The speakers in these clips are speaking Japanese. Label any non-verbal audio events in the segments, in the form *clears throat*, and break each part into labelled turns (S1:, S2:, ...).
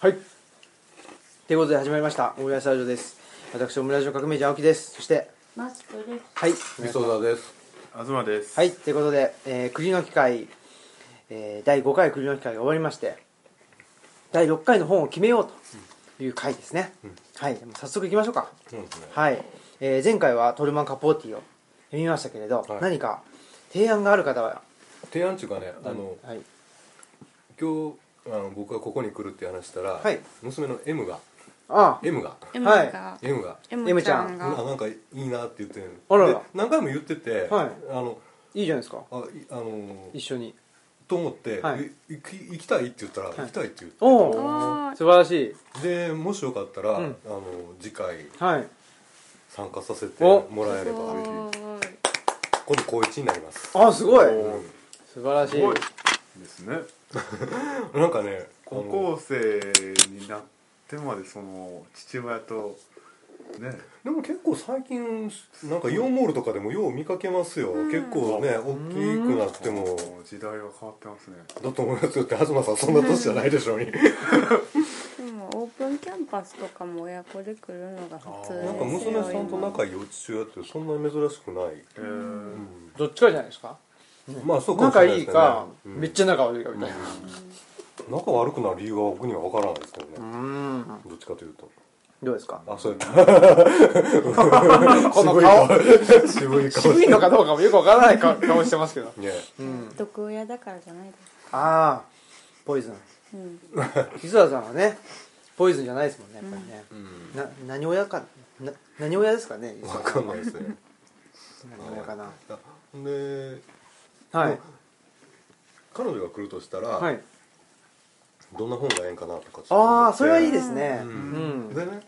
S1: はい
S2: ということで始まりましたオムライスラジオです私オムライスの革命児青木ですそして
S3: マスクです。
S2: はい
S4: みそだです
S1: 東です
S2: はいということで、えー、栗の機会、えー第5回栗の機会が終わりまして第6回の本を決めようという回ですね、はいでも早速いきましょうか
S4: そうですね
S2: はい、えー前回はトルマン・カポーティを読みましたけれど、
S4: はい
S2: 何か提案がある方は
S4: 提案っていうかねあの
S2: はい
S4: 今日あの僕がここに来るって話したら、
S2: はい
S4: 娘の M が
S2: ああ
S4: M が
S3: M
S2: はい
S3: が、
S4: M が
S3: M ちゃん
S4: あ
S3: が。
S4: なんかいいなって言ってる
S2: あらら
S4: で何回も言ってて、
S2: はい
S4: あの
S2: いいじゃないですか
S4: あいあの
S2: 一緒に
S4: と思って、
S2: はい
S4: い行き行きたいって言ったら、行きたいって言って
S2: おお
S3: あー
S2: 素晴らしい
S4: でもしよかったら、
S2: うん
S4: あの次回
S2: はい
S4: 参加させて
S2: お
S4: もらえれば
S3: す
S4: 今
S3: ごい
S4: 度高一になります
S2: ああすごい
S4: うん
S2: 素晴らし
S1: す
S2: い
S1: ごいですね
S4: なんかね
S1: 高校生になってまでその父親とね
S4: でも結構最近なんかイオンモールとかでもよう見かけますよ、結構ね大きくなっても
S1: 時代は変わってますね
S4: だと思いますよって東さんそんな年じゃないでしょうに
S3: でもオープンキャンパスとかも親子で来るのが普通ですよ
S4: なんか娘さんと仲いいお父親ってそんなに珍しくない、
S1: えー
S2: どっちかじゃないですか
S4: まあそうかもし
S2: 仲
S4: れない
S2: い
S4: で
S2: い
S4: すけどね
S2: か、
S4: うん
S2: めっちゃ仲悪いかみたいな
S4: 仲悪くなる理由は僕には分からないですけどね、
S2: うん
S4: どっちかというと
S2: どうですか
S4: あそう *laughs* やった
S2: この顔
S4: *laughs* 渋い顔
S2: 渋いのかどうかもよくわからない顔顔してますけど
S4: ね
S3: *laughs* 毒親だからじゃないです
S2: *laughs*
S3: か
S2: ああポイズン
S3: うん
S2: 磯田さんはねポイズンじゃないですもんねやっぱりね、な何親かな何親ですかね磯田
S4: 分
S2: さ
S4: か
S2: ん
S4: んないですね
S2: 何親かな
S4: あで
S2: はい
S4: 彼女が来るとしたら、
S2: はい
S4: どんな本がええんかなとかちょっと思って
S2: ああそれはいいですねう、
S4: うんんでね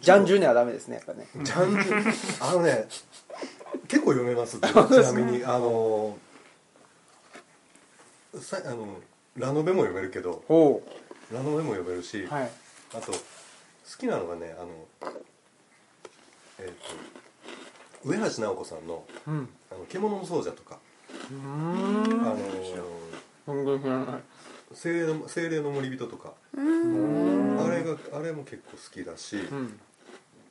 S2: ジャンジ
S4: ュ
S2: ュネはダメですねやっぱね
S4: ジャンジュあのね結構読めますってちなみにあのさあのラノベも読めるけど
S2: ほ
S4: ラノベも読めるし、
S2: うはい
S4: あと好きなのがねあのえっ、と上橋直子さんの
S2: うん
S4: 「あの獣の奏者」とか、
S2: う
S4: あ
S2: ーん
S4: の
S2: 本当に知らない
S4: 精霊の精霊の森人とか
S3: うん
S4: あれがあれも結構好きだし、
S2: うん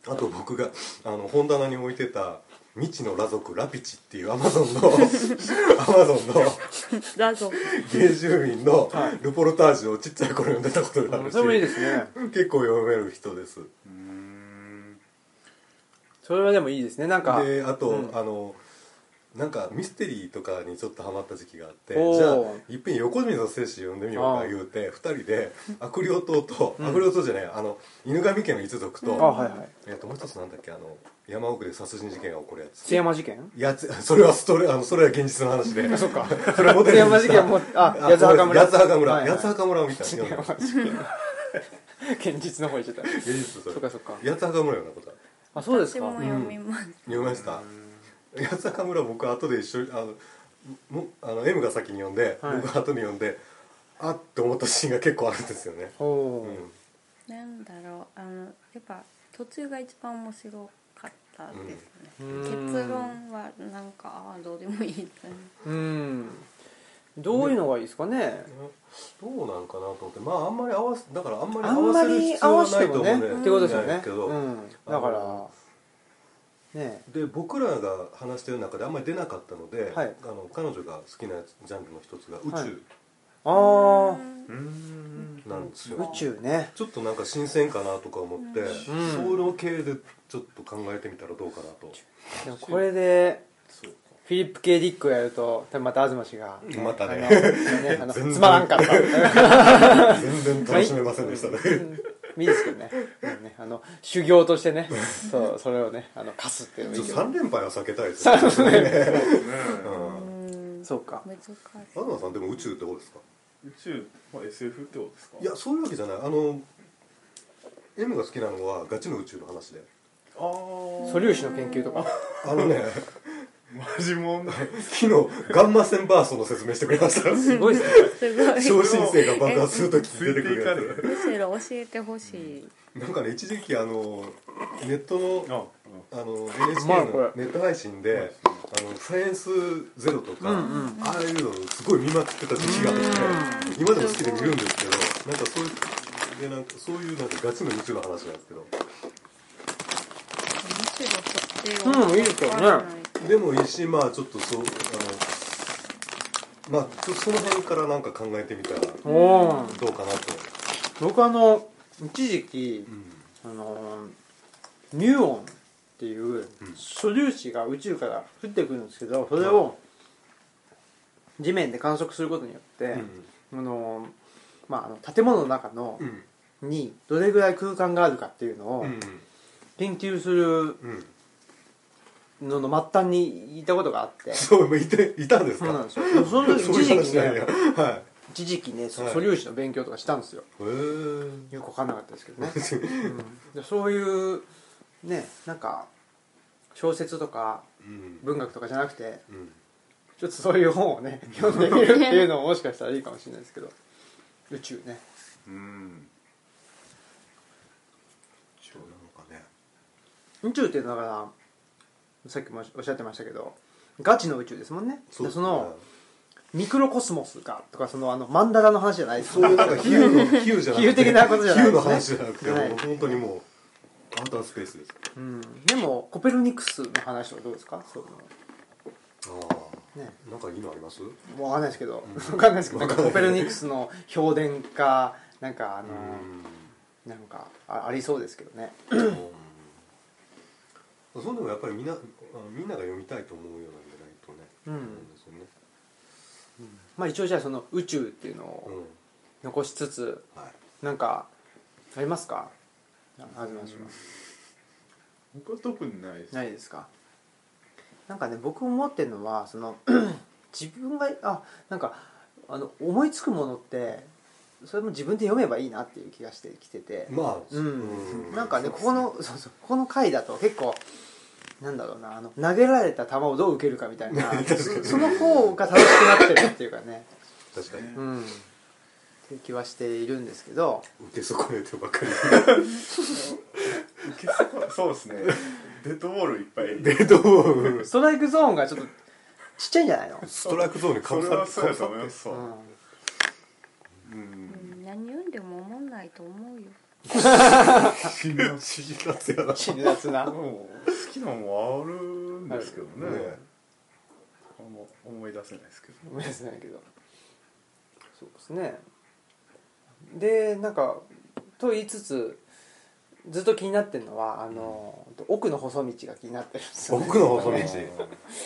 S4: あと僕があの本棚に置いてた「未知の裸族ラピチ」っていうアマゾ
S2: *laughs*
S4: ンのアマゾンの
S3: ラゾ
S4: 原住民のルポルタージュをちっちゃい頃読んでたことがあるし
S2: それもいいですね
S4: 結構読める人です
S1: うーん
S2: それはでもいいですねなんか
S4: であと、
S2: うん
S4: あのなんかミステリーとかにちょっとハマった時期があって
S2: おー
S4: じゃあいっぺん横溝正史読んでみよう
S2: あ
S4: か
S2: ー
S4: 言うて二人
S2: *laughs*
S4: で悪霊島と、悪霊島じゃないあの犬神家の一族と、
S2: あはいはい
S4: えっともう一つなんだっけあの山奥で殺人事件が起こるやつ
S2: 津山事件
S4: やつそれはストレあのそれは現実の話で
S2: そっか
S4: それはモデ
S2: 津
S4: ルに
S2: 山
S4: し
S2: 事
S4: た
S2: 件もあ
S4: あ
S2: 八つ墓村
S4: 八つ墓村、
S2: はいはい
S4: 八つ墓村み
S2: *laughs*
S4: たいな
S2: 津山事件現実の方行っちゃった
S4: 現実それ
S2: そっかそっか
S4: 八つ墓村ようなこと
S2: あそうです
S3: 私
S2: か
S3: も読みます
S4: 読みました八つ墓村僕後で一緒にあのもあの M が先に読んで、
S2: はい
S4: 僕が後に読んであっって思ったシーンが結構あるんですよね、
S2: ほ
S4: うん
S2: う
S3: なんだろうあのやっぱ途中が一番面白かったですね
S2: うん
S3: 結論はなんかああどうでもいいですね
S2: うんどういうのがいいですかね
S4: どうなんかなと思ってまああんまり合わせだからあんまり
S2: あ
S4: 合
S2: んま
S4: わせる
S2: り
S4: 必
S2: 合
S4: 要
S2: わ
S4: は
S2: せ
S4: な
S2: て
S4: いと
S2: も
S4: 思
S2: ね
S4: う
S2: っ
S4: ね
S2: てことですよね
S4: けど、
S2: うんだからね
S4: で僕らが話してる中であんまり出なかったので、
S2: はい
S4: あの彼女が好きなジャンルの一つが宇
S2: はい
S4: 宙
S2: ああ
S1: うーん
S4: なんですよ、
S2: 宇宙ね
S4: ちょっとなんか新鮮かなとか思って、
S2: ん
S4: その系でちょっと考えてみたらどうかなと、
S2: でもこれでフィリップ・ケディックをやると多分また東氏が
S4: またね
S2: あの
S4: 全然
S2: つまら
S4: *laughs*
S2: んかった
S4: 全然楽しめませんでしたね、
S2: いいですけどねうんねあの修行としてねそうそれをねあの貸すって
S4: *laughs*
S2: いうのもいいけど
S4: 3連敗は避けたいですよね
S2: そうか
S3: 難しい
S4: 東さんでも宇宙ってどうですか
S1: 宇宙、まあ、SF ってことですか
S4: いやそういうわけじゃないあの M が好きなのはガチの宇宙の話で
S1: ああ
S2: 素粒子の研究とか
S4: あ
S2: *laughs*
S4: のね
S1: マジ問題
S4: 昨日ガンマ線バーストの説明してくれ
S2: *laughs*
S4: ました
S2: すごいですね
S3: すごい
S4: 超新星が爆発するとき出てくるや
S1: ついていか
S4: つ
S3: むしろ教えてほしい
S4: なんかね一時期あのネットの
S1: あ
S4: あの
S2: う
S4: NHK
S2: まいこれ
S4: のネット配信で「あのサイエンスゼロとか、ああいうのをすごい見まくってた時期があって今でも好きで見るんですけどなんかそういうでなんかそういうなんかガチの日の話なんですけど
S3: むしろそっち
S2: うんいいですよね
S3: わかんない
S4: でもいいしまあちょっとそうあのまあちょその辺からなんか考えてみたらど
S2: おおー
S4: うかなと、
S2: 僕あの一時期
S4: うん、
S2: あのーミューオンっていう
S4: うん
S2: 素粒子が宇宙から降ってくるんですけどそれを地面で観測することによって、あのーまあ、あの建物の中の
S4: うん
S2: にどれぐらい空間があるかっていうのを
S4: うん
S2: 研究する
S4: うん
S2: のの末端にいたことがあって、
S4: *laughs* そういていたんです
S2: そうなん
S4: か
S2: ですよその時
S4: そうい
S2: 一時
S4: う話
S2: 期
S4: なん
S2: ね
S4: やは
S2: 一時期ねその
S4: はい
S2: 素粒子の勉強とかしたんですよ
S4: いへー
S2: よく分かんなかったですけど
S4: *laughs*
S2: ね、うんでそういうねなんか小説とか
S4: うん
S2: 文学とかじゃなくて
S4: うん
S2: ちょっとそういう本を
S4: *laughs*
S2: ね読んでみるっていうのももしかしたらいいかもしれないですけど宇宙ね
S1: うん
S4: そうなのかね
S2: 宇宙ってだからさっきもおっしゃってましたけどガチの宇宙ですもんねでそ
S4: ですね
S2: のミクロコスモスがとかそのあのマンダラの話じゃないです
S4: そういうなんか比喩の比喩じゃなくて
S2: 比喩的なことじゃない
S4: 比喩の話じゃなくて、
S2: はい
S4: もう本当にもうアウタースペースです
S2: うん、でもコペルニクスの話とかどうですかそういう
S4: あ
S2: のね
S4: あなんかいいのあります
S2: もうわかんないですけど、わかんないですけどなんかコペルニクスの評伝かなんかあの、なんかあありそうですけどね
S4: うんそんでもやっぱりみんなあみんなが読みたいと思うようなんじゃないとね
S2: うん
S4: なんですよね
S2: まあ一応じゃあその宇宙っていうの
S4: う
S2: を
S4: ん
S2: 残しつつ
S4: はい
S2: なんかありますかあります
S1: 僕は特にないです
S2: ないですかなんかね僕思ってるのはその *clears throat* 自分があなんかあの思いつくものってそれも自分で読めばいいなっていう気がしてきてて、
S4: まあ
S2: うん、なんかねここのそうそうここの回だと結構なんだろうなあの投げられた球をどう受けるかみ *laughs* たいなそその方が楽しくなってるっていうかね、
S4: 確かに
S2: うん、っていう気はしているんですけど
S4: 受け損ねてばかり
S1: 結構そうですねデッドボールいっぱい
S4: デッドボール
S2: ストライクゾーンがちょっとちっちゃいんじゃないの、
S4: ストライクゾーンにか
S1: そ
S4: ぶ
S1: れ
S4: さ
S1: は
S4: って
S1: そうやと思いますそううんうん
S3: うん何読んでも思んないと思うよ
S4: 死ぬ夏やな
S2: 辛辣な
S1: でも好きなもんあるんですけどね
S4: ね
S1: あんま思い出せないですけど
S2: 思い出せないけどそうですねでなんかと言いつつずっと気になってるのはあの、奥の細道が気になってるんですよ、ね、
S4: 奥の細道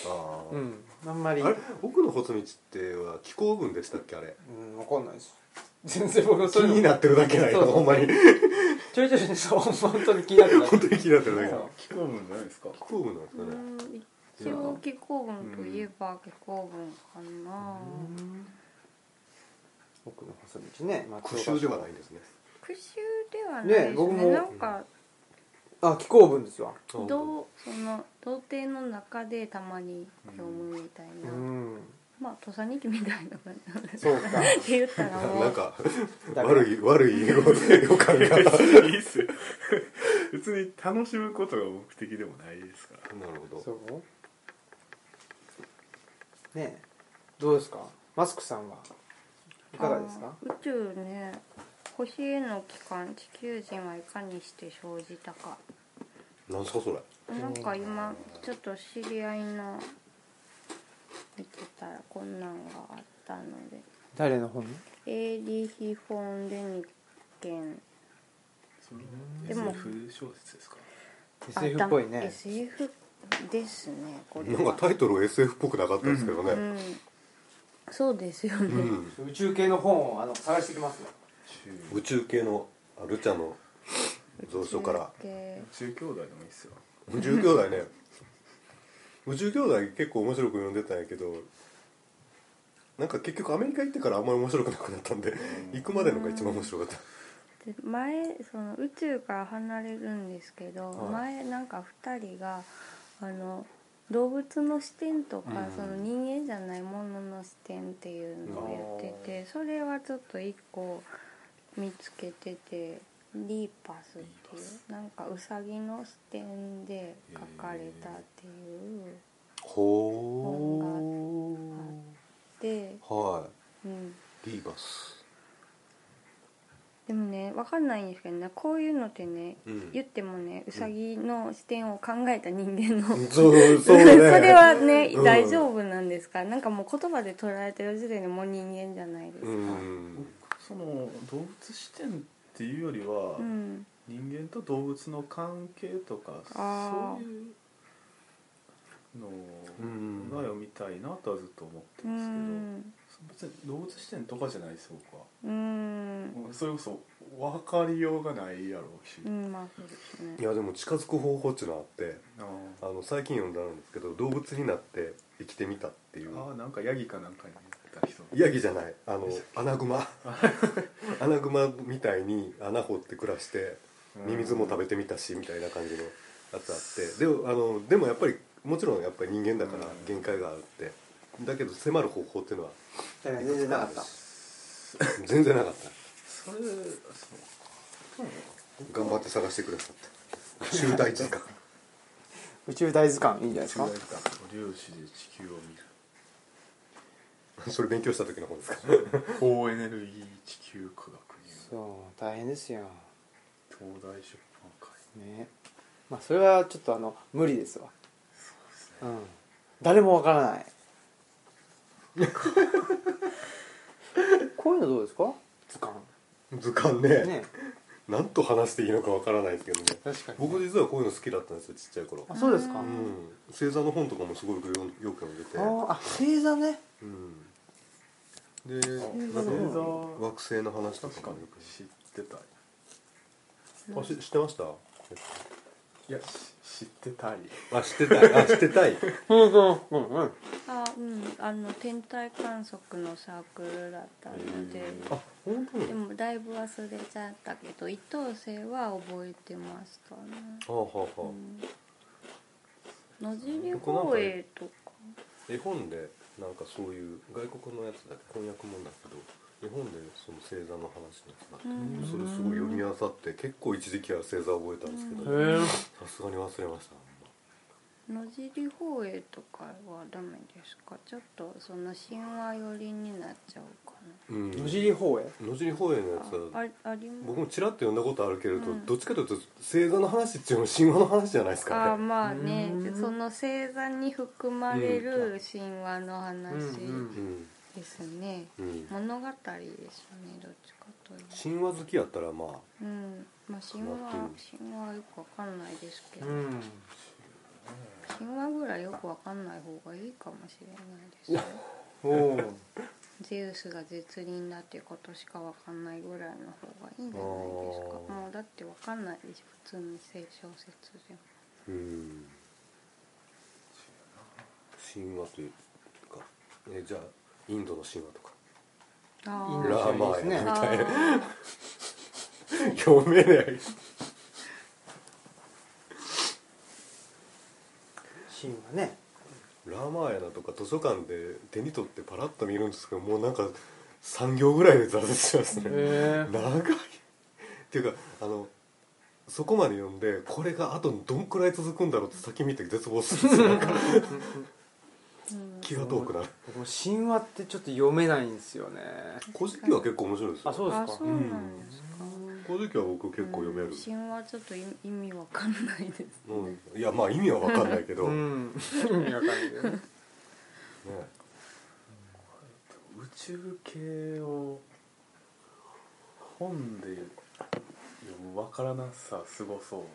S4: あ
S2: う
S4: ー
S2: んあんまり、
S4: あれ奥の細道っては気候文でしたっけあれ
S2: うん、分かんないです全然僕
S4: 気
S2: そういう
S4: になってるだけない
S2: そ
S4: よ
S2: うそう
S4: ほんまに
S2: ちょいちょいそう本当に気になってた
S4: 本当に気になってるだけ
S2: そう
S4: ない
S1: 聞こうんじゃないですか
S4: 気候文なんで
S3: う
S4: すかね
S3: ん一応気候文といえば気候文かな
S2: 奥の細道ね、まあ
S4: 苦習ではないんですね
S3: 復習ではないです
S2: ね
S3: ね
S2: 僕も
S3: なんか
S2: あ気候文ですわ
S3: どうその童貞の中でたまに読むみたいな、
S2: うん
S3: まあ土佐日記みたいな感じなんです
S2: そうか
S3: って言ったら
S4: な
S3: も
S4: なん
S3: う
S4: か
S2: だ
S4: 悪い悪い予
S2: *laughs*
S4: 感がなる
S1: 別にいいっすよ *laughs* 別に楽しむことが目的でもないですから
S4: ほ
S2: そ
S4: ど
S2: うねえどうですかマスクさんはいかがですか
S3: あー宇宙ね星への帰還地球人はいかにして生じたか
S4: 何すかそれ
S3: なんか今ちょっと知り合いの見てたらこんなんがあったので
S2: 誰の本
S3: エーリヒ・フォン・デニケン
S1: そ
S3: で
S1: れ
S3: も
S1: SF 小説ですか
S2: SF っぽい
S3: あだ
S2: ね
S3: SF ですねこれ
S4: なんかタイトル SF っぽくなかったですけど
S3: う
S4: ね
S3: んそうですよね、
S4: うん、
S2: 宇宙系の本をあの探してきますね
S1: 宇
S4: 宇宙系のあルチャの蔵書から
S3: で
S1: 宙兄弟でもいいっすよ
S4: 宇宙兄弟ね宇宙兄弟結構面白く読んでたんやけどなんか結局アメリカ行ってからあんまり面白くなくなったんで行くまでのが一番面白かった
S3: で前その宇宙から離れるんですけど、
S4: はい
S3: 前なんか2人があの動物の視点とか、
S1: うん
S3: その人間じゃないものの視点っていうのを言っててそれはちょっと1個見つけててリーパスって
S1: リーパ
S3: いうなんかウサギの視点で書かれたっていう、
S4: ほ
S3: で、
S4: ーは
S3: うん、
S4: いリーバス
S3: でもね分かんないんですけどねこういうのってね
S4: うん
S3: 言ってもねうさぎの視点を考えた人間
S4: *laughs*
S3: の、
S4: そう
S3: *laughs* そ
S4: そうね
S3: れはね、
S4: うん
S3: 大丈夫なんですかなんかもう言葉で捉えてる時点でもう人間じゃないですか、
S4: う
S3: うん
S4: ん
S1: その動物視点っていうよりは、人間と動物の関係とか
S3: あー
S1: そういう
S4: う
S1: の
S4: ん
S1: を読みたいなとはずっと思って
S3: う
S1: ますけど、
S3: ん
S1: 別に動物視点とかじゃないです僕は、
S3: うん
S1: もうそれこそ分かりようがないやろうし、
S3: うんまあそうですね
S4: いやでも近づく方法っていうのあって
S1: あ
S4: あの最近読んだんですけど動物になって生きてみたっていう
S1: ーあーなんかヤギかなんかになった人
S4: ヤギじゃないあのアナ
S2: *laughs*
S4: グマアナグマみたいに穴掘って暮らしてミミズも食べてみたしみたいな感じのやつあってでもあのでもやっぱりもちろんやっぱり人間だから
S1: うん
S4: 限界があるってだけど迫る方法っていうのは
S2: だから全然なかった
S4: 全然なかっ
S1: それそう
S4: た頑張って探してくださって集大
S2: *laughs*
S4: 成か
S2: 宇宙大図鑑いいんじゃないですか
S1: 中大化粒子で地球を見る
S4: それ勉強した時の本
S2: *laughs*
S4: ですか
S1: 高エネルギー地球科学入
S2: そう大変ですよ
S1: 門東大出版会
S2: ねまあそれはちょっとあの無理ですわうん誰もわからないこういうのどうですか図鑑
S4: 図鑑ね
S2: ね
S4: なんと話していいのかわからないですけどね
S2: 確かに
S4: 僕実はこういうの好きだったんですよちっちゃい頃
S2: あそうですか、
S4: うん星座の本とかもすごいよく読んでて
S2: あーあ星座ね
S4: うんでな
S1: 星
S4: ん
S1: 座
S4: か
S1: は
S4: 惑星の話と
S1: 確
S4: か
S1: か
S4: も
S1: に
S4: よく
S1: 知ってたい
S4: あし知ってました
S1: いやし知ってたい
S4: あ知ってたいあ知ってたい
S2: うんうんうんうん
S3: あうんあの天体観測のサークルだったので、
S4: *laughs* あ本当に
S3: でもだいぶ忘れちゃったけど一等星は覚えてましたね、
S4: はあはあ
S3: う
S4: は
S3: ん、野尻公園とか
S4: あ絵本でなんかそういう外国のやつだ翻訳もんだけど日本でその星座の話のやつがあって
S3: うん
S4: それすごい読みあさって結構一時期は星座覚えたんですけ
S2: へ
S4: ど
S2: え
S4: さすがに忘れました
S3: 野尻放映とかはダメですかちょっとその神話寄りになっちゃうか
S4: うん
S2: 野尻方へ
S4: 野尻放映のやつは
S3: なあああります
S4: 僕もちらっと読んだことあるけれど、
S3: うん
S4: どっちかというと星座の話っていうのは神話の話じゃないです
S3: あ
S4: か
S3: ー
S4: ね
S3: まあね
S2: うん
S3: その星座に含まれる神話の話
S2: うん
S4: うん、
S3: ですね、
S4: うん、
S3: 物語ですねどっちかというと
S4: 神話好きやったらまあ
S3: うんまあ神話
S4: うん
S3: 神話はよくわかんないですけど、
S2: うん
S3: 神話ぐらいよくわかんない方がいいかもしれないですね
S2: おおー
S3: ゼウスが絶倫だっていうことしかわかんないぐらいの方がいいんじゃないですか
S4: あー
S3: もうだってわかんないでしょ普通に聖小説でも
S4: うん神話というかえじゃあインドの神
S3: *laughs*
S4: 話とか
S2: イン
S3: あ
S2: ド
S4: ラーマーヤ
S2: 神
S4: み
S3: あ
S4: たいな
S2: *laughs*
S3: ー
S4: 読めない
S2: 神話ね
S4: ラーマーヤナとか図書館で手に取ってパラッと見るんですけどもうなんか3行ぐらいで挫折しますね
S2: へえ
S4: 長いっていうかあのそこまで読んでこれがあとどんくらい続くんだろうって先見て絶望するんですよなんか
S3: うん
S4: 気が遠くなる
S2: 僕も神話ってちょっと読めないんですよね
S4: 古事記は結構面白いですよ
S2: あそうですか
S3: あそうなんですか、
S4: 古事記は僕結構読める、
S3: うん神話ちょっと意意味わかんないです
S4: うんいやまあ意味は分かんないけど、
S2: う
S4: ね
S2: ん *laughs* 意味わかんないけど
S1: 宇宙系を本で読むわからなさすごそうだな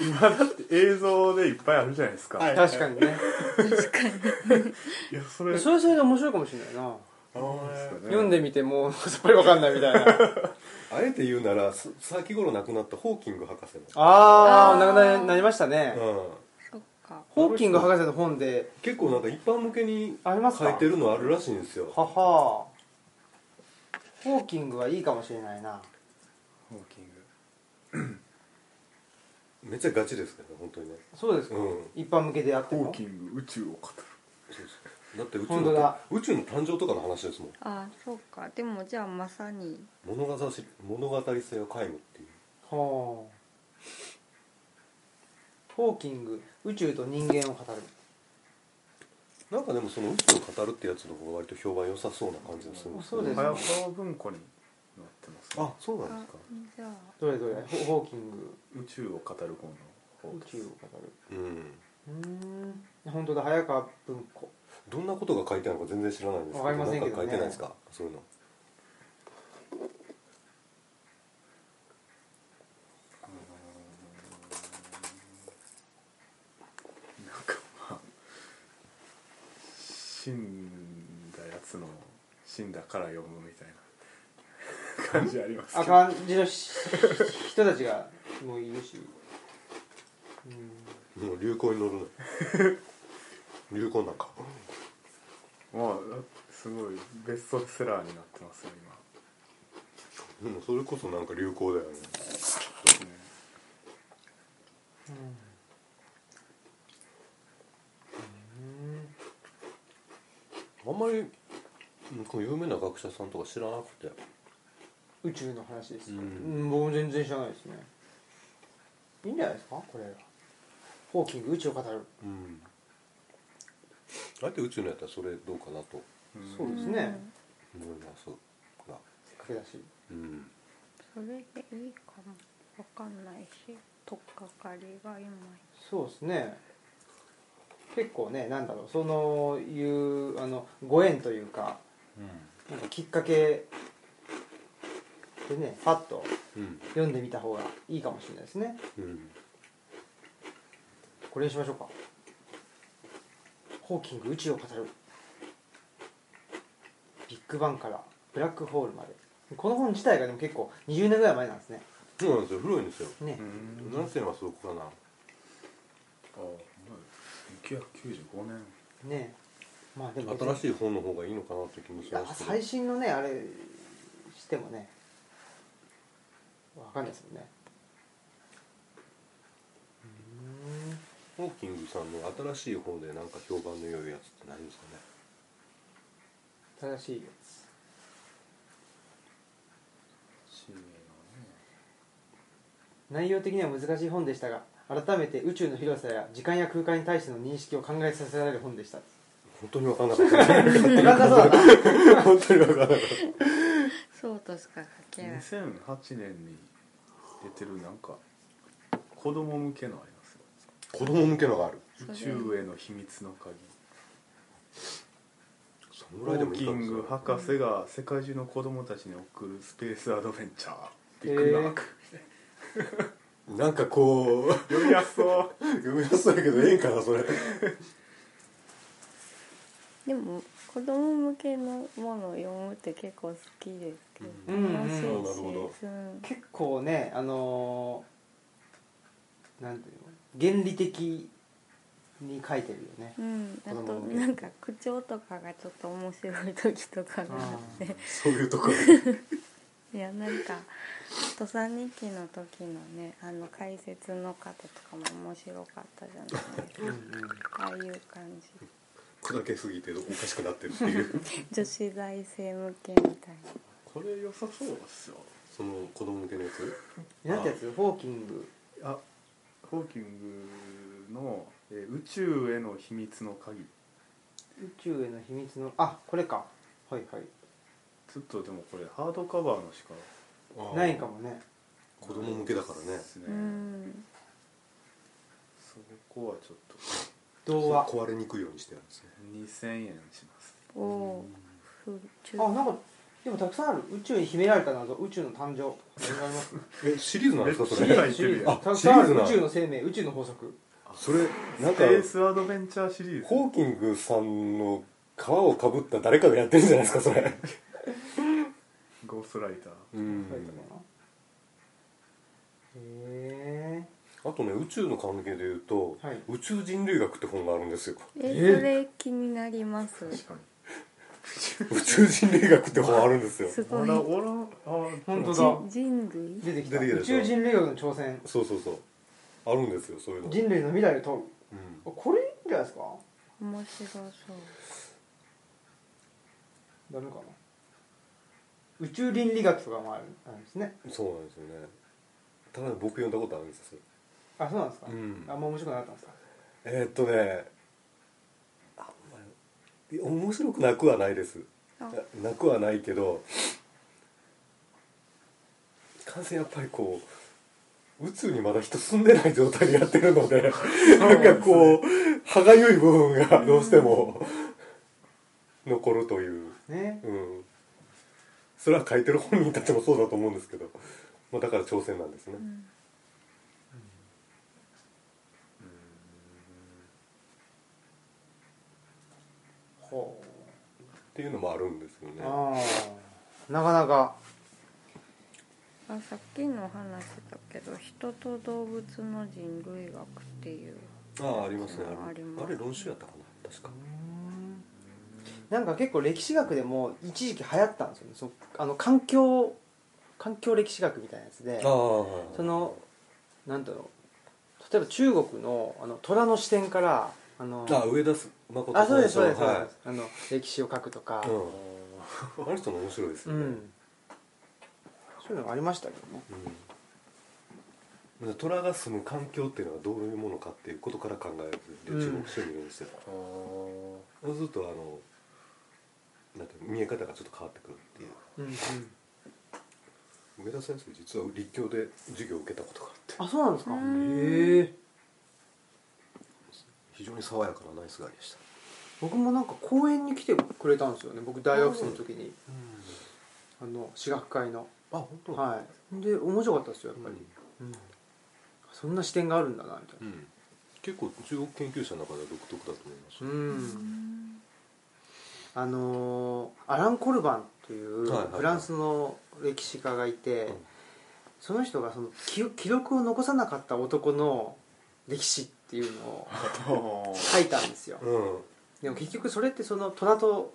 S1: 今だって映像でいっぱいあるじゃないですか、、
S4: はいい
S2: 確かにね
S1: やそれ
S2: それはそれで面白いかもしれないな
S1: あーですかね
S2: 読んでみてもう *laughs* さっぱりわかんないみ *laughs* たいな
S4: あえて言うならさ先頃亡くなったホーキング博士の
S2: あ
S3: あー
S2: あなくなりなりましたね
S4: うん、
S3: そっか
S2: ホーキング博士の本で
S4: 結構なんか一般向けに
S2: ありますか
S4: 書いてるのあるらしいんですよ
S2: ははホーキングはいいかもしれないな
S1: ホーキング
S4: めっちゃガチですからね本当にね
S2: そうですか
S4: うん
S2: 一般向けでやって
S1: ホー
S2: も
S1: キング宇宙を語る
S4: だって宇宙
S2: 本当
S4: の
S2: だ
S4: 宇宙の誕生とかの話ですもん
S3: あそうかでもじゃあまさに
S4: 物語し物語性を皆無っていう
S2: はあホーキング宇宙と人間を語る
S4: なんかでもその宇宙を語るってやつの方が割と評判良さそうな感じがするんです
S2: そうですね
S1: 早川文庫になってます、
S4: あそうな
S3: あ
S4: んですか
S3: じゃあ
S2: どれどれホホーキング
S1: 宇宙を語る本の
S2: 宇
S1: 方です
S2: 宙を語る
S4: うん
S2: うーん本当だ早川文庫
S4: どんなことが書いてあるのか全然知らないんですけど
S2: わかりませんけどね
S4: なんか書いてないですかそういうの
S1: なんかまあ死んだやつの死んだから読むみたいな感じあります
S2: あ
S1: けど
S2: 感じのし人たちがもういるしうん
S4: もう流行に乗るの流行なんか
S1: まあすごいベストセラーになってますよ
S4: でもそれこそなんか流行だよね
S1: 今、ね
S4: あんまりうんこの有名な学者さんとか知らなくて
S2: 宇宙の話ですか、
S4: う
S2: うんん僕も全然知らないですねいいんじゃないですかこれがホーキング宇宙を語る、
S4: うんあえて宇宙のやったらそれどうかなと
S1: うん
S2: そうですね、
S4: 思いますが
S2: 駆け出し
S4: うん
S3: うんそれでいいかもわかんないしとっかかりがいまい
S2: そうですね結構ねなんだろうそのいうあのご縁というかなんかきっかけでねパッと
S4: うん
S2: 読んでみた方がいいかもしれないですね
S4: うん
S2: これにしましょうかホーキング宇宙を語るビッグバンからブラックホールまでこの本自体がでも結構20年ぐらい前なんですね
S4: そうなんですよ古いんですよ
S2: ね、
S1: うん
S4: 何世はそこかな
S1: あまあ1995年
S2: ねまあでも
S4: 新しい本の方がいいのかなって気もし
S2: いや
S4: ますけど
S2: 最新のねあれしてもねわかんないですもんね
S4: ホーキングさんの新しい本でなんか評判の良いやつってないんですかね
S2: 正しいやつ内容的には難しい本でしたが改めて宇宙の広さや時間や空間に対しての認識を考えさせられる本
S4: *laughs*
S2: でした
S4: 本当に分かんなかった
S2: なんだそうだな
S4: *laughs* 本当に分かんなかっ
S3: すそうとしか書けない
S1: 2008年に出てるなんか子供向けのありますよ
S4: た子供向けのがある
S3: そ
S1: 宇
S3: れ
S1: 宙への秘密の鍵
S4: そ
S1: ウ
S4: のぐらいで
S1: ォー
S4: もいい
S1: キ
S4: かも
S1: ン
S4: しれ
S1: グ
S4: ない
S1: 博士が世界中の子供たちに送るスペースアドベンチャービッグマーク、
S4: なんかこう
S1: 読みやすそう
S4: 読みやすいけどええんかなそれ
S3: でも子供向けのものを読むって結構好きですけど、
S2: うん
S3: 楽しいし、
S2: うん
S4: なるほど
S3: うん
S2: 結構ねあのーなんていうの原理的に書いてるよね
S3: うん、あ
S2: 子供
S3: と
S2: 向け
S3: なんか口調とかがちょっと面白い時とかがあって
S4: *laughs* そういうところ
S3: いやなんか「土佐日記」の時のねあの解説の方とかも面白かったじゃないです
S2: うんう
S3: か
S2: ん
S3: ああいう感じ
S4: 砕けすぎておかしくなってるって *laughs* いう
S3: 女子大生向けみたいな
S1: これ良さそうですよ
S4: その子供向けのやつ
S2: なんてやつホーキング
S1: あホーキングの、えー宇宙への秘密の鍵
S2: 宇宙への秘密のあこれかはいはい
S1: ちょっとでもこれハードカバーのしか
S2: ないかもね
S4: 子供向けだからね
S1: ですね
S3: うん
S1: そこはちょっと
S2: 童話
S4: 壊れにくいようにしてあるんですね
S1: 2000円します
S3: おおふち
S2: あ
S3: ょ
S2: なんかでもたくさんある宇宙に秘められた謎宇宙の誕生これがあり
S4: *laughs*
S2: ますね
S4: えシリーズなんですかそ
S1: シリ
S4: れ
S1: ーズ入ってるや
S2: た
S1: ん
S2: くさんあ
S4: シリーズ
S2: る宇
S4: なの
S2: 宙の生命宇宙の法則
S4: それな
S1: ス
S4: ん
S1: ペ
S4: か
S1: ースアドベンチャーシリーズ
S4: ホーキングさんの皮をかぶった誰かがやってるんじゃないですかそれ
S1: ゴーストライター
S4: *laughs* うん
S2: 書いたかなへ
S4: あとね宇宙の関係で言うと、
S2: はい
S4: 宇宙人類学って本があるんですよ
S3: えそれ気になります
S1: 確かに
S4: 宇宙人類学って本あるんですよ
S3: すご
S1: あ
S3: い
S1: らおらんあ
S2: 本当だ
S3: じ人類
S2: え出てきた
S4: 出てきた
S2: 宇
S4: でしょ
S2: 宙人類学の挑戦
S4: そうそうそうあるんですよそういうの、
S2: 人類の未来を問う
S4: うん
S2: あこれいいんじゃないですか
S3: 面白そう
S2: ダメかな宇宙倫理学とかもあるあるんですね
S4: そうなんですよねただね僕読んだことあるんですよ
S2: あそうなんですか、
S4: うん
S2: あんま面白くなかったんですか
S4: えーっとねあんまり面白くなくはないです
S3: あ
S4: ななくはないけどかんせんやっぱりこう宇宙にまだ人住んでない状態でやってるのでなんかこう歯がゆい部分がどうしても残るという、
S2: ね
S4: うん、それは書いてる本人たちもそうだと思うんですけど、まあ、だから挑戦なんですね、
S3: うん
S2: ほ
S4: っていうのもあるんですよ
S2: う
S4: ね
S2: ああなかなか
S3: あさっきの話だけど人と動物の人類学っていう
S4: ああありますね
S3: あ
S4: あ
S3: り
S4: れ
S3: ます
S4: あれ論集やったかな確か
S2: なんか結構歴史学でも一時期流行ったんですよねそのあの環境環境歴史学みたいなやつで
S4: ああはい
S2: そのなんだろう例えば中国のあの虎の視点からあの
S4: あ上田す誠
S2: あそうですそうです、
S4: は
S2: そうですあの歴史を書くとか
S4: い、うん、あの人も面白いです
S2: う
S4: よね、
S2: んそういうのがありましたけどね
S4: うん、虎が住む環境っていうのはどういうものかっていうことから考える
S2: うん
S4: 中国してみるんですよ、そうするとあのなんていうの見え方がちょっと変わってくるっていう
S2: うんうん
S4: 上田先生実は立教で授業を受けたことがあって
S2: あそうなんですか
S3: うん
S2: へえ
S4: 非常に爽やかなナイスガイでした、
S2: 僕もなんか公園に来てくれたんですよね僕大学生の時にあの私学会の
S4: あ本当
S2: はいで面白かったですよやっぱり、うんそんな視点があるんだなみたいな
S4: うん結構中国研究者の中では独特だと思います、
S2: うん、
S3: うん
S2: あのーアラン・コルバンという
S4: はいはいはい
S2: フランスの歴史家がいて、
S4: ん
S2: その人がその記記録を残さなかった男の歴史っていうのを書いたんですよ
S4: うん
S2: でも結局それってその虎と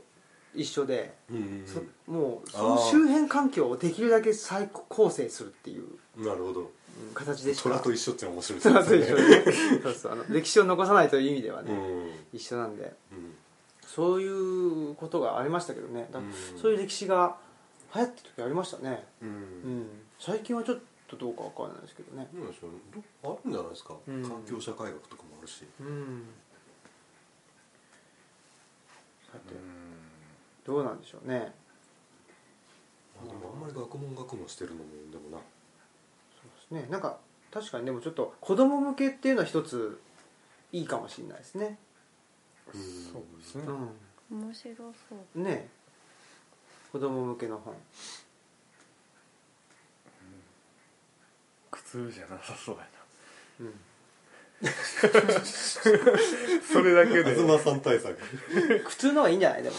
S2: 一緒で、
S4: うん
S2: そもうその周辺環境をできるだけ再構成するっていう
S4: なるほど
S2: うん形でしか
S4: 虎と一緒っていうのは面白い
S2: 虎と
S4: で
S2: 一
S4: す
S2: 緒
S4: ね
S2: でね *laughs* そうそうあの歴史を残さないという意味ではね、
S4: うん
S2: 一緒なんで
S4: うん
S2: そういうことがありましたけどねだ
S4: うん
S2: そういう歴史が流行った時ありましたね、
S4: う
S2: うんん、最近はちょっとどうかわからないですけどね
S4: どうなんでしょうどあるんじゃないですか、
S2: うん
S4: 環境社会学とかもあるし
S2: うんさてどうなんでしょうね
S4: まあでもあんまり学問学問してるのもでもな
S2: そうですねなんか確かにでもちょっと子供向けっていうのは一ついいかもしれないですね
S1: そうですね、
S2: う
S3: 面白そうん
S2: ね子供向けの本
S1: 苦痛じゃなさそうや
S2: *laughs* うん
S1: なそれだけでそう
S4: 東さん対策
S2: 苦痛の方がいいんじゃないでも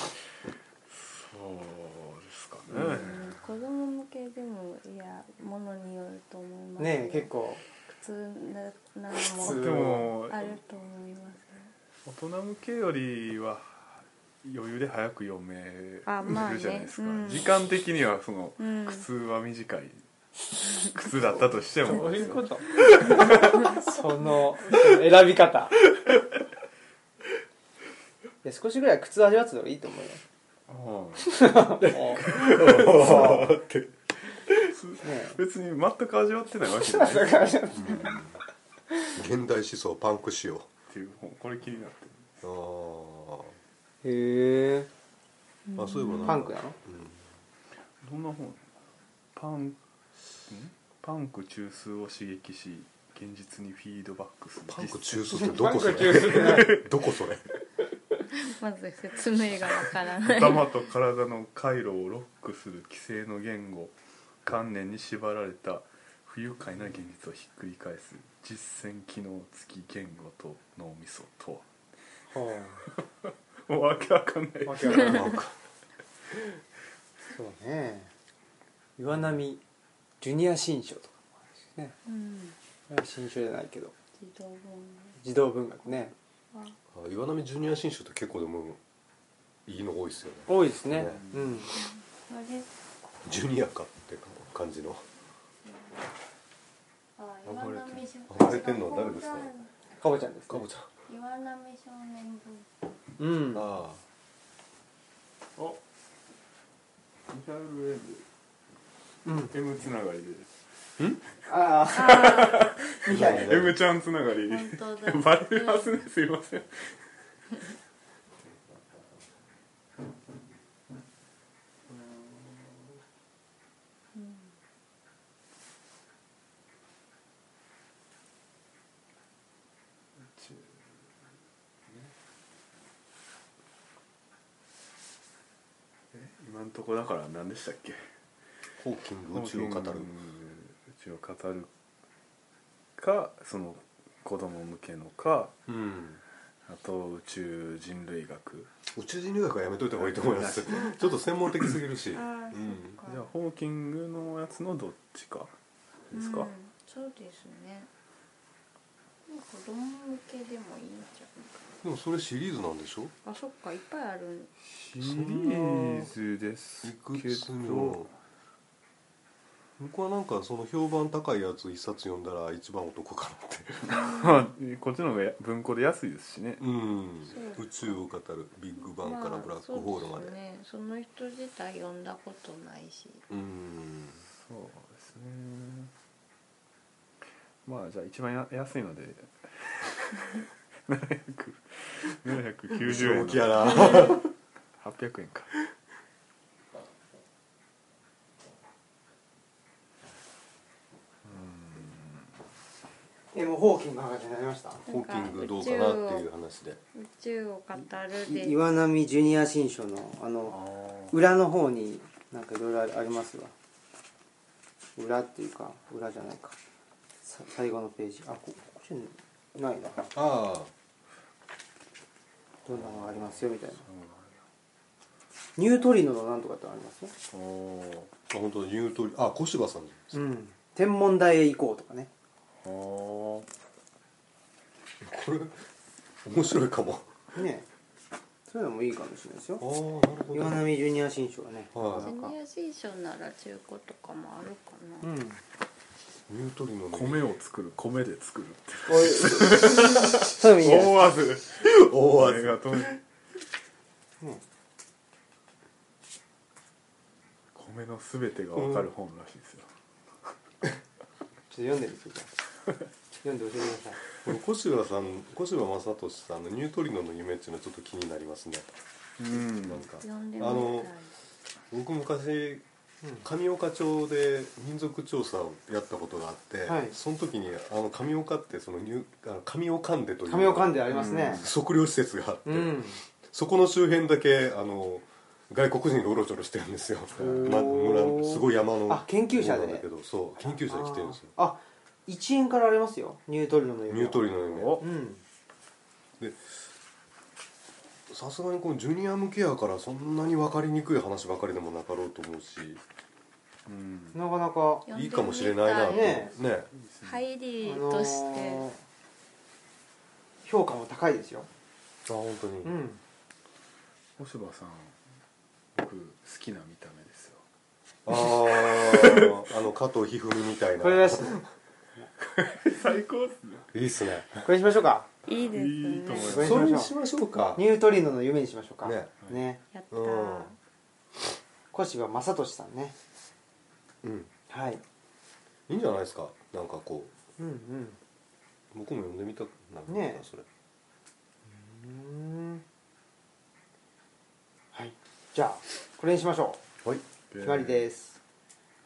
S1: ですか
S3: う
S1: ね、
S3: ん子供向けでもいやものによると思います
S2: ね結構
S3: 普通なな
S2: 普
S3: の
S2: 通
S3: も
S1: でも
S3: あると思います
S1: 大人向けよりは余裕で早く読める
S3: あまあね
S1: じゃないですか、
S3: うん
S1: 時間的にはその
S3: うん
S1: 苦痛は短い苦痛だったとしても
S2: そう
S1: で
S2: いう
S1: すよ
S2: *laughs* こと。そのその選び方。いや少しぐらい苦痛味わってた方がいいと思うよ。 *laughs*
S1: うん
S4: って
S2: ね
S1: 別に全く味わってないわけじゃないっ
S4: 現代思想パンク仕様
S1: ていう本これ気になってる
S4: あー
S2: え。 *laughs* へえ。
S4: あそういえばな
S2: パ
S4: んか
S2: ンクなの？
S1: どんな本パンんパンク中枢を刺激し現実にフィードバックする
S4: パンク
S1: 実
S4: 中枢ってどこそれ
S2: パンク中枢 *laughs* って何
S4: どこそれ
S3: まず説明がわからない
S1: 頭と体の回路をロックする既成の言語観念に縛られた不愉快な現実をひっくり返す実践機能付き言語と脳みそとはもうわけわかんない
S2: わけわからない
S4: なんか
S2: そうね。岩波ジュニア新書とかもあるしね。
S3: *laughs* うん
S2: これは新書じゃないけど
S3: 自動
S2: 児童文学ね。
S3: 本は
S4: あ岩波ジュニア新書って結構でもいいの多いですよね
S2: 多いですね
S4: ね。
S2: うん。
S3: あれ
S4: ジュニアかって感じの
S3: あ
S1: 暴
S3: 岩
S1: れてる
S3: 波少
S4: 暴れてんのは誰ですか
S2: かぼちゃんです、ね。
S4: かぼちゃん
S3: 岩波少年
S2: ゃん。
S3: 文
S2: うん。
S4: あ
S1: あミハイル・
S2: うん。
S1: エム M つながりで
S2: ああ。
S3: あ
S4: あ
S2: みたいな。
S1: M ちゃんつながり
S3: ー本
S2: *laughs*
S3: 当だ
S1: *laughs* バレますねすいません
S3: うん
S1: 今んとこだから何でしたっけ
S4: ホーキング宇宙を語る
S1: 宇宙を語るかその子供向けのか
S4: うん
S1: あと宇宙人類学
S4: 宇宙人留学はやめといた方がいいと思いますちょっと専門的すぎるし
S3: あー
S4: うん
S3: そっか
S1: じゃあホーキングのやつのどっちかですか、
S3: うん、そうですね子供向けでもいいんじゃないか
S4: でもそれシリーズなんでしょ
S3: なあそっかいっぱいある
S1: シリーズです
S4: い
S1: け
S4: くつ
S1: ど
S4: も僕はなんかその評判高いやつ一冊読んだら一番お得かなって
S1: まあこっちの方が文庫で安いですしね
S4: うん
S3: そう
S4: 宇宙を語るビッグバンからブラックホールま
S3: あ
S4: で,、
S3: そうすね、その人自体読んだことないし
S4: うん
S1: そうですねまあじゃあ一番や安いの *laughs* で790円
S4: 正
S1: の
S4: 気や *laughs* な
S1: 800円か
S2: えもうホーキングの話になりました
S4: ホーキングどうかなっていう話で
S3: 宇宙を語るで
S2: 岩波ジュニア新書のあの裏の方になんかいろいろありますわ裏っていうか裏じゃないかさ最後のページあここっちないな
S4: ああ
S2: どんなのがありますよみたいなニュートリノのなんとかってありますよ
S1: おお
S4: 本当に言う通りあ小柴さん
S2: うん天文台へ行こうとかね
S1: ーお
S4: これ面白いかも
S2: ねそういうのもいいかもしれないです
S4: ああ
S2: よ
S4: なるほ
S2: 岩波ジュニア新書はね
S4: は
S3: ジ
S4: い
S3: ュニア新書なら中古とかもあるか
S2: う
S3: な、
S2: ん
S4: ニュートリノの
S1: 米を作る米で作るって
S2: おい *laughs* そういうのもいいんじゃない
S1: 思わず
S4: おお
S1: ありがとう
S2: ね
S1: 米のすべてがわかる本らしいですよ、
S2: ちょっと読んでみてください読んで教えてください
S4: 小柴さん小柴正俊さんのニュートリノの夢っていうのはちょっと気になりますね
S1: うん
S4: なんか
S3: 読んでみ
S4: あ
S3: たい
S4: の僕昔上岡町で民族調査をやったことがあって、
S2: はい
S4: その時にあの上岡ってそのニュあの上岡んでという
S2: 亀を噛んでありますね
S4: 測量施設があって、
S2: うん
S4: そこの周辺だけあの外国人がうろちょろしてるんですよ、
S2: ー
S4: ま、村のすごい山の
S2: あ研究者で
S4: 方なんだけどそう研究者で来てるんですよ
S2: あーあ1円からありますよニュートリノの夢は
S4: ニュートリノの夢
S1: お
S2: うん
S4: さすがにこのジュニア向けやからそんなに分かりにくい話ばかりでもなかろうと思うし
S1: うん
S2: なかなか
S3: 読んでみた
S4: いいかもしれないなとね
S2: ね
S3: 入り
S2: あのー
S3: として、
S2: 評価も高いですよ
S4: あ本当に、
S2: うん
S1: 小柴さん僕好きな見た目ですよ
S4: あ
S2: *laughs*
S4: ーあの加藤一二三みたいな
S2: これです
S1: 最高っすね
S4: いいっすね
S2: これにしましょうか
S3: いいですね
S1: いいと思います
S2: これ
S4: それ
S2: にし
S4: に
S2: まし
S4: し
S2: ょう
S4: ましょうか
S2: ニュートリノの夢にしましょうか
S4: ね
S2: ね
S3: やった
S4: う
S3: ー、
S4: ん
S2: 小柴正俊さんね
S4: うん
S2: はい
S4: いいんじゃないですかなんかこ
S2: うんうん
S4: う僕も読んでみたくなるな
S2: ね
S4: それ
S2: うーんはいじゃあこれにしましょ
S4: はいう
S2: 決まりです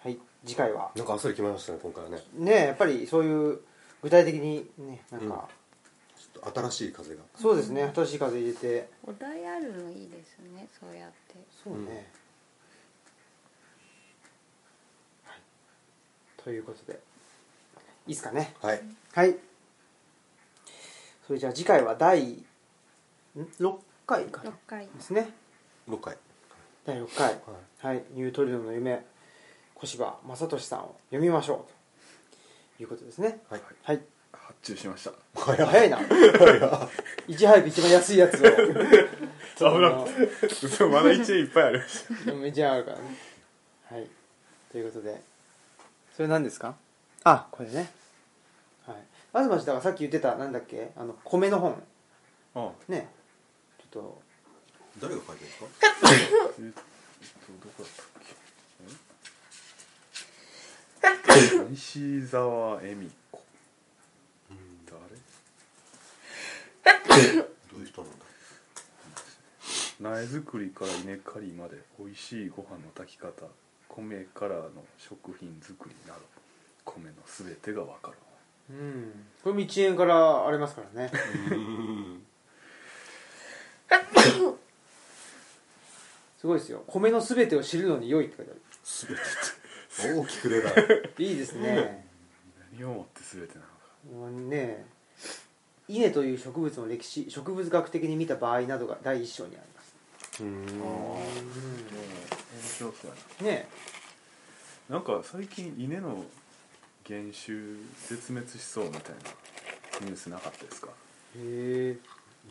S2: はい次回は
S4: なんかあっさり決まりましたね今回はね
S2: ねえやっぱりそういう具体的にねなんか、
S4: うんちょっと新しい風が
S2: そうですね新しい風入れて
S3: お題あるのいいですねそうやって
S2: そうね、
S4: うん
S2: はい、ということでいいですかね
S4: はい
S2: はいそれじゃあ次回は第ん6回かな
S3: 6回
S2: ですね
S4: 6回
S2: 第6回はい、ニュートリノの夢小柴正俊さんを読みましょうということですね
S4: はい
S2: はい
S1: 発注しました
S2: 早いないち早く一番安い *laughs* やつを
S1: 危なかっ *laughs* 嘘まだ1円いっぱいある
S2: めちゃあるからねはいということでそれ何ですかあこれねはい東だからさっき言ってたなんだっけあの米の本
S1: あ
S2: ねちょっと
S4: 誰が書いてるんですか
S1: えっとどこだったっけん西澤恵美子
S4: うん
S1: 誰
S4: どういう人なんだ
S1: 苗作りから稲刈りまで美味しいご飯の炊き方米からの食品作りなど米の全てが分かる
S2: うんこれも1円からありますからね
S4: うん
S2: すごいですよ米のすべてを知るのに良いって書いてあ
S4: 全てって大きく出た
S2: るいいですね
S1: 何をもって全てなのか
S2: もうね稲という植物の歴史植物学的に見た場合などが第一章にあります
S4: うん
S1: でも面白そうや
S2: ね
S1: ななんか最近稲の原種絶滅しそうみたいなニュースなかったですか
S2: えへえ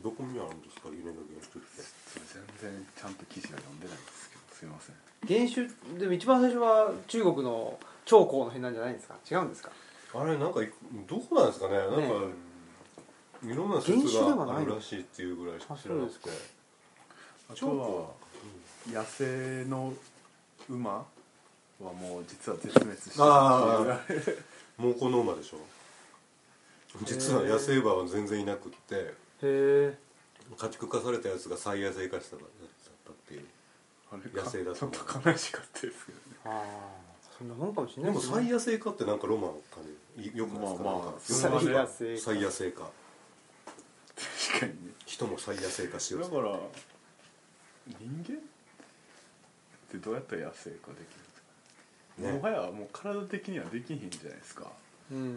S4: どこにあるんですか夢の原種って
S1: それ全然ちゃんと記事は読んでないんですけどすいません
S2: 原種でも一番最初は中国の長江の辺なんじゃないんですか違うんですか
S4: あれなんかいどこなんですかねなんか、
S2: ね
S4: いろんな説
S2: 原種では
S4: が
S2: ない
S4: あ
S2: の
S4: るらしいっていうぐらいしか知らなくて
S2: あそうで
S1: あとは野生の馬はもう実は絶滅して
S4: あ
S1: る
S4: 猛虎の馬でしょ実は野生馬は全然いなくって
S2: へえ
S4: 家畜化されたやつが再野生化したやつだったっていう
S1: あれか
S4: 野生だ
S1: ち
S4: と
S1: ょっ
S4: 思う
S1: と悲しかったですけどね
S2: ああそんなもんかもしれな
S4: で
S2: い
S4: も
S2: ね
S4: 再野生化ってなんかロマンを感じるよくないですか,、
S1: まあまあ
S4: なんか世の中
S2: 再野生化
S4: 再野生化
S1: 確かにね
S4: 人も再野生化しよう
S1: だ
S4: ぜ
S1: から人間ってどうやったら野生化できるんですか、
S4: ね
S1: もはやもう体的にはできひんじゃないですか
S2: うん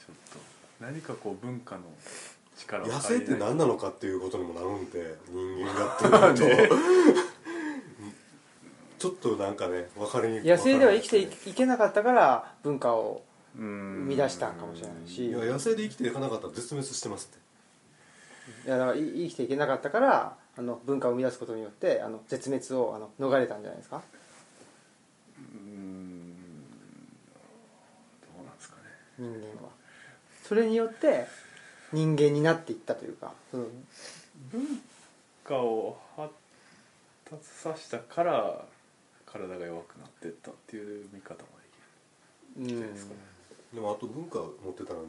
S1: ちょっと何かこう文化の力を
S4: 野生
S1: 借
S4: っ
S1: り
S4: て
S1: ない
S4: 何なのかっていうことにもなるんで人間がってなると、
S2: *laughs*
S4: *laughs* ちょっとなんかね分かりにくい
S2: 野生では生きていいけなかったから文化を
S1: う
S2: 生
S1: ん
S2: み出したんかもしれないし
S4: いや野生で生きていかなかったら絶滅してますって
S2: いやだからい生きていけなかったからあの文化を生み出すことによってあの絶滅をあの逃れたんじゃないですか
S1: うんどうなんですかね
S2: 人間はそれによって人間になっていったというかその
S1: 文化を発達させたから体が弱くなってったっていう見方もできる
S2: うん、
S4: でもあと文化を持ってたら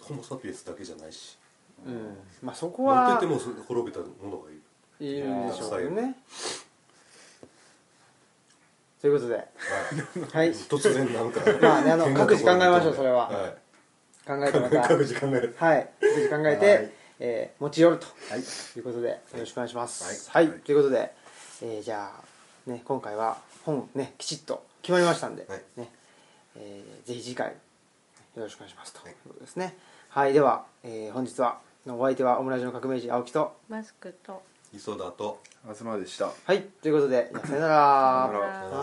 S4: ホモ・サピエンスだけじゃないし
S2: うん、まあそこ
S4: 持って
S2: は
S4: ても滅びたものがいる
S2: いるんでしょうけどねということで *laughs* はい
S4: 突然なんか
S2: まあねあの
S4: 変な
S2: 各自考えましょうそれは
S4: はい
S2: 考えてまた
S4: 各自考える
S2: はい無事考え
S4: は
S2: て
S4: い、
S2: えー持ち寄ると
S4: はい
S2: ということでよろしくお願いします。は、
S4: はいい
S2: ということで、えーじゃあ、ね、今回は本ねきちっと決まりましたんで、
S4: はい
S2: ねえーぜひ次回よろしくお願いしますとい
S4: はいう
S2: ことですね。はい、では、えー本日はお相手はオムラジの革命児青木と
S3: マスクと
S4: 磯田と
S1: 東でした
S2: はいということでじゃあさよなら。
S1: さよなら
S3: あー
S4: さよなら